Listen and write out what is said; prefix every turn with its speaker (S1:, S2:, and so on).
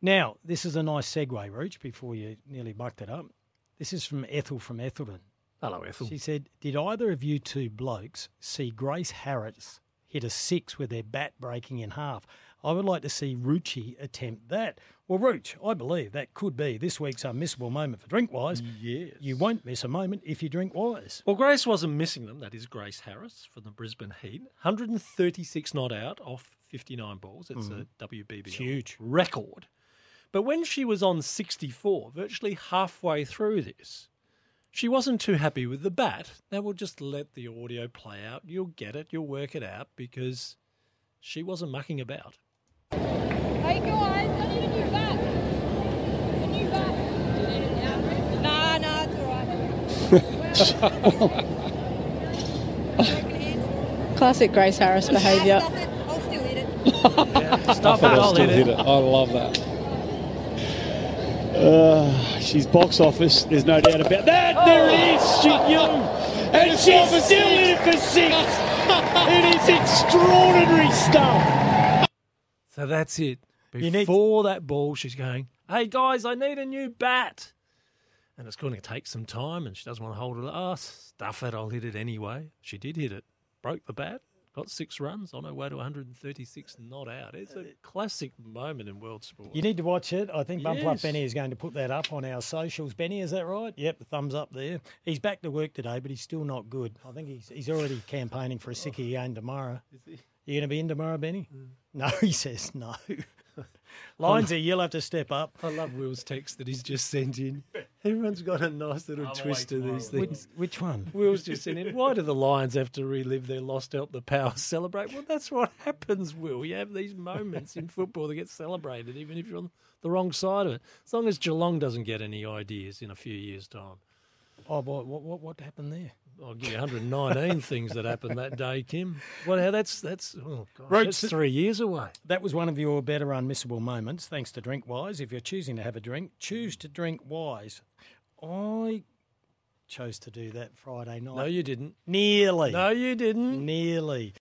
S1: Now, this is a nice segue, Roach, before you nearly bucked it up. This is from Ethel from Ethelton.
S2: Hello, Ethel.
S1: She said, Did either of you two blokes see Grace Harris hit a six with their bat breaking in half? I would like to see Rucci attempt that. Well, Rooch, I believe that could be this week's unmissable moment for Drinkwise.
S2: Yes.
S1: You won't miss a moment if you drink wise.
S2: Well, Grace wasn't missing them. That is Grace Harris from the Brisbane Heat. 136 not out off 59 balls. Mm-hmm. It's a WBBL
S1: huge.
S2: record. But when she was on 64, virtually halfway through this, she wasn't too happy with the bat. Now we'll just let the audio play out. You'll get it. You'll work it out because she wasn't mucking about.
S3: Hey guys, I need a new bat. A new bat. Do you need it now, Chris? Nah, nah, it's alright.
S4: Classic Grace Harris behaviour.
S3: Nah, stuff it. I'll still eat it.
S2: Stop it,
S5: But I
S2: I'll
S5: still
S2: hit it.
S5: hit it. I love that. Uh, she's box office. There's no doubt about that. There it is. She knew. And Oh. she's still in it for six. it is extraordinary stuff.
S2: So that's it.
S1: You need-
S2: Before that ball, she's going, "Hey guys, I need a new bat," and it's going to take some time, and she doesn't want to hold it. Ah, stuff it! I'll hit it anyway. She did hit it, broke the bat, got six runs on her way to 136 not out. It's a classic moment in world sport.
S1: You need to watch it. I think Bump Up
S2: Yes.
S1: Benny is going to put that up on our socials. Benny, is that right? Yep, the thumbs up there. He's back to work today, but he's still not good. I think he's he's already campaigning for a sickie game tomorrow. Is he? Mm. You going to be in tomorrow, Benny? No, he says no. Lindsay, you'll have to step up.
S2: I love Will's text that he's just sent in. Everyone's got a nice little twist to these
S1: Which,
S2: things.
S1: which one?
S2: Will's just sent in. Why do the Lions have to relive their lost help the power celebrate? Well, that's what happens, Will. You have these moments in football that get celebrated, even if you're on the wrong side of it. As long as Geelong doesn't get any ideas in a few years' time.
S1: Oh, boy, what, what, what happened there?
S2: I'll give you 119 things that happened that day, Kim. Well, how that's that's oh gosh,
S1: Roach,
S2: that's
S1: th-
S2: three years away.
S1: That was one of your better unmissable moments, thanks to DrinkWise. If you're choosing to have a drink, choose to drink wise. I chose to do that Friday night.
S2: No, you didn't.
S1: Nearly.
S2: No, you didn't.
S1: Nearly.